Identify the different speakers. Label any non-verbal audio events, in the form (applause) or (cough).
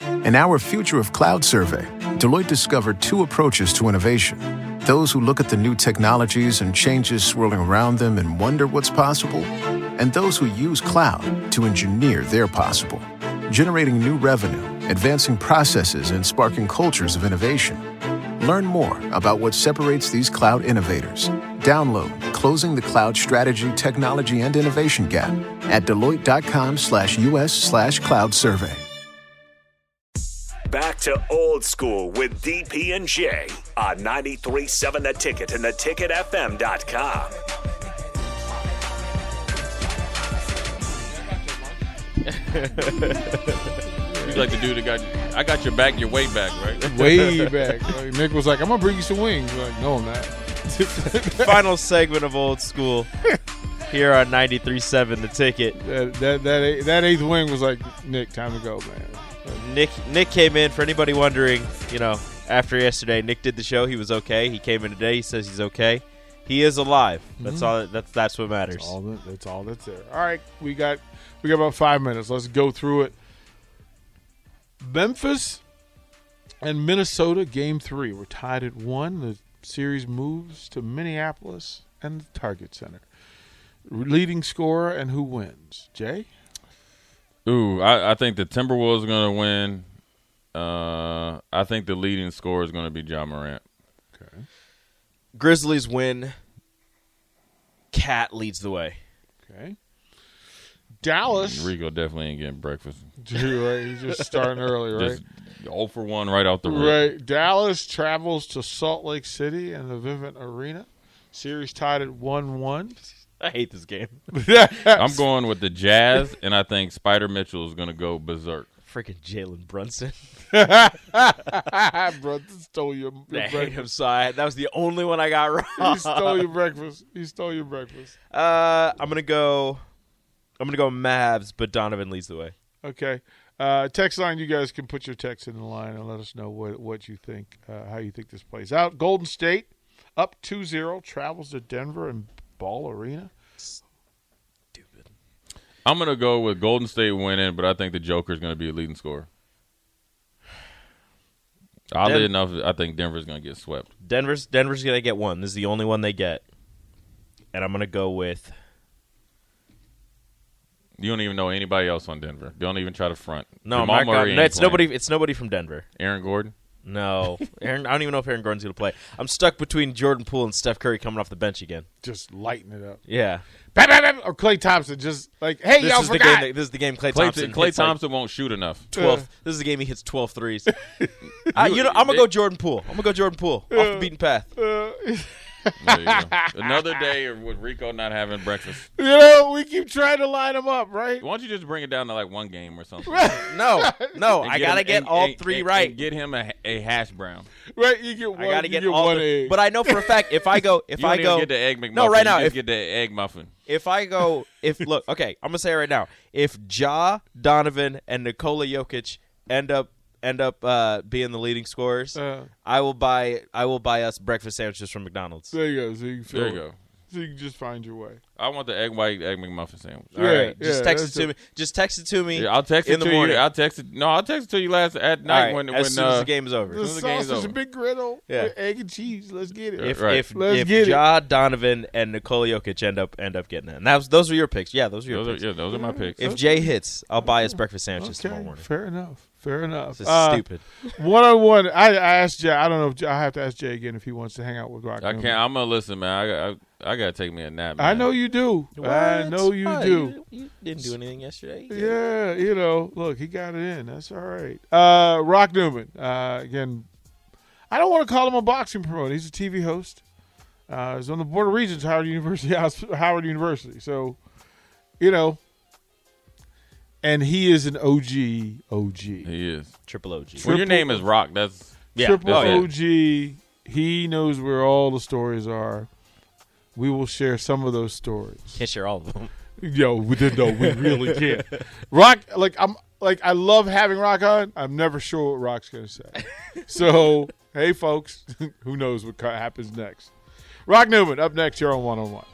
Speaker 1: In our Future of Cloud survey, Deloitte discovered two approaches to innovation those who look at the new technologies and changes swirling around them and wonder what's possible, and those who use cloud to engineer their possible, generating new revenue, advancing processes, and sparking cultures of innovation. Learn more about what separates these cloud innovators. Download Closing the Cloud Strategy, Technology, and Innovation Gap at Deloitte.com slash US slash cloud survey.
Speaker 2: Back to old school with DP and J on 93.7 The Ticket and theticketfm.com.
Speaker 3: You like the dude that got I got your back, your way back, right?
Speaker 4: way back. Like, Nick was like, "I'm gonna bring you some wings." We're like, no, I'm not.
Speaker 5: Final segment of old school here on 93.7 The Ticket.
Speaker 4: That that that, eight, that eighth wing was like, Nick, time to go, man.
Speaker 5: Nick Nick came in for anybody wondering, you know, after yesterday, Nick did the show. He was okay. He came in today. He says he's okay. He is alive. That's all. That's that's what matters.
Speaker 4: All that, that's all that's there. All right, we got we got about five minutes. Let's go through it. Memphis and Minnesota game three. We're tied at one. The series moves to Minneapolis and the Target Center. Leading scorer and who wins? Jay.
Speaker 3: Ooh, I, I think the Timberwolves are gonna win. Uh, I think the leading scorer is gonna be John Morant.
Speaker 4: Okay.
Speaker 5: Grizzlies win. Cat leads the way.
Speaker 4: Okay. Dallas.
Speaker 3: Rigo definitely ain't getting breakfast.
Speaker 4: Dude, right? He's just starting
Speaker 5: (laughs)
Speaker 4: early, right?
Speaker 3: Just all for one right out the rip.
Speaker 4: Right. Dallas travels to Salt Lake City and the Vivint Arena. Series tied at 1 (laughs) 1.
Speaker 5: I hate this game. (laughs)
Speaker 3: I'm going with the Jazz, and I think Spider Mitchell is gonna go berserk.
Speaker 5: Freaking Jalen Brunson. (laughs)
Speaker 4: Brunson stole your, your
Speaker 5: I hate him
Speaker 4: breakfast.
Speaker 5: so I, That was the only one I got
Speaker 4: He (laughs)
Speaker 5: wrong.
Speaker 4: stole your breakfast. He stole your breakfast.
Speaker 5: Uh, I'm gonna go. I'm gonna go Mavs, but Donovan leads the way.
Speaker 4: Okay. Uh, text line, you guys can put your text in the line and let us know what, what you think, uh, how you think this plays out. Golden State up 2 0, travels to Denver and Ball Arena.
Speaker 3: I'm gonna go with Golden State winning, but I think the Joker's gonna be a leading scorer. Oddly
Speaker 5: Den-
Speaker 3: enough, I think Denver's gonna get swept.
Speaker 5: Denver's Denver's gonna get one. This is the only one they get, and I'm gonna go with.
Speaker 3: You don't even know anybody else on Denver. Don't even try to front.
Speaker 5: No,
Speaker 3: Jamal
Speaker 5: my God,
Speaker 3: Murray ain't
Speaker 5: no, it's
Speaker 3: playing.
Speaker 5: nobody. It's nobody from Denver.
Speaker 3: Aaron Gordon. (laughs)
Speaker 5: No, Aaron. I don't even know if Aaron Gordon's gonna play. I'm stuck between Jordan Poole and Steph Curry coming off the bench again.
Speaker 4: Just lighten it up.
Speaker 5: Yeah,
Speaker 4: Bam, bam, bam, or Clay Thompson, just like, hey,
Speaker 5: this
Speaker 4: y'all
Speaker 5: is
Speaker 4: forgot.
Speaker 5: the game. That, this is the game. Clay
Speaker 3: Clay
Speaker 5: Thompson.
Speaker 3: Clay
Speaker 5: hits, like,
Speaker 3: Thompson won't shoot enough.
Speaker 5: 12. This is the game he hits 12
Speaker 3: (laughs)
Speaker 5: threes. I, you know, I'm going to go Jordan Poole. I'm going to go Jordan Poole. Off the beaten path.
Speaker 3: There you
Speaker 5: (laughs)
Speaker 3: go. Another day of- with Rico not having breakfast.
Speaker 4: You know, we keep trying to line them up, right?
Speaker 3: Why don't you just bring it down to like one game or something?
Speaker 4: (laughs)
Speaker 5: No, no.
Speaker 3: And
Speaker 5: I
Speaker 3: get
Speaker 5: got to
Speaker 3: him-
Speaker 5: get
Speaker 3: and-
Speaker 5: all
Speaker 3: and-
Speaker 5: three
Speaker 3: and-
Speaker 5: right.
Speaker 3: and get him a, a hash brown.
Speaker 4: Right, you get one.
Speaker 5: I got to
Speaker 4: you
Speaker 5: get,
Speaker 4: get
Speaker 5: all
Speaker 4: one
Speaker 5: the,
Speaker 4: egg.
Speaker 5: But I know for a fact if I go,
Speaker 3: (laughs)
Speaker 5: if
Speaker 3: you don't
Speaker 5: I
Speaker 3: even
Speaker 5: go,
Speaker 3: get the egg McMuffin.
Speaker 5: no, right now,
Speaker 3: you just
Speaker 5: if,
Speaker 3: get the egg muffin.
Speaker 5: if I go, if, look, okay, I'm going to say it right now. If Ja, Donovan, and Nikola Jokic end up, end up uh, being the leading scorers,
Speaker 4: Uh.
Speaker 5: I will buy, I will buy us breakfast sandwiches from McDonald's.
Speaker 4: there you go. So you can feel
Speaker 3: There
Speaker 4: it.
Speaker 3: you go.
Speaker 4: So you can just find your way.
Speaker 3: I want the egg white egg McMuffin sandwich.
Speaker 5: All right,
Speaker 4: Yeah,
Speaker 5: just
Speaker 4: yeah,
Speaker 5: text it
Speaker 4: that's
Speaker 5: to
Speaker 4: it.
Speaker 5: me. Just text it to me.
Speaker 3: Yeah, I'll text it
Speaker 5: in the
Speaker 3: to
Speaker 5: morning.
Speaker 3: you. I'll text it. No, I'll text it to you last at night
Speaker 5: All right,
Speaker 3: when
Speaker 5: as
Speaker 3: when
Speaker 5: soon as
Speaker 3: uh,
Speaker 5: the game is over.
Speaker 3: soon
Speaker 4: The
Speaker 3: as the game's
Speaker 4: sausage, a
Speaker 3: over.
Speaker 4: big griddle,
Speaker 5: Yeah.
Speaker 4: with egg and cheese. Let's get it.
Speaker 5: If
Speaker 3: Right.
Speaker 5: if,
Speaker 4: Let's
Speaker 5: if
Speaker 4: get it.
Speaker 5: Ja Donovan and Nikola Jokic end up end up getting it, and that was, those were your picks. Yeah, those were your
Speaker 3: Those are,
Speaker 5: picks.
Speaker 3: yeah, those are my picks.
Speaker 5: If Jay hits, I'll buy his breakfast sandwiches tomorrow
Speaker 4: okay,
Speaker 5: morning.
Speaker 4: fair enough. Fair enough.
Speaker 5: This is
Speaker 4: Uh,
Speaker 5: stupid.
Speaker 4: One on one. I, I asked Jay. I don't know. if Jay, I have to ask Jay again if he wants to hang out with Rock.
Speaker 3: I can't. I'm gonna listen, man. I got. I, I gotta take me a nap.
Speaker 4: I
Speaker 3: man.
Speaker 4: know you do. I know you do.
Speaker 5: Oh, You, didn't do anything yesterday.
Speaker 4: Yeah, you know, look, he got it in. That's all right. Uh, Rock Newman, uh, again, I don't want to call him a boxing promoter. He's a TV host. Uh, he's on the board of regents, Howard University, (laughs) Howard University. So, you know, and he is an OG, OG,
Speaker 3: He is.
Speaker 5: Triple OG.
Speaker 3: When your name is Rock, that's
Speaker 5: Yeah.
Speaker 4: triple
Speaker 3: oh, yeah.
Speaker 4: OG. He knows where all the stories are. We will share some of those stories.
Speaker 5: Can't share all of them.
Speaker 4: Yo, we did no, we really can't. Rock, like I'm, like I love having Rock on. I'm never sure what Rock's gonna say. (laughs) So hey, folks, who knows what co- happens next? Rock Newman up next here on One on One.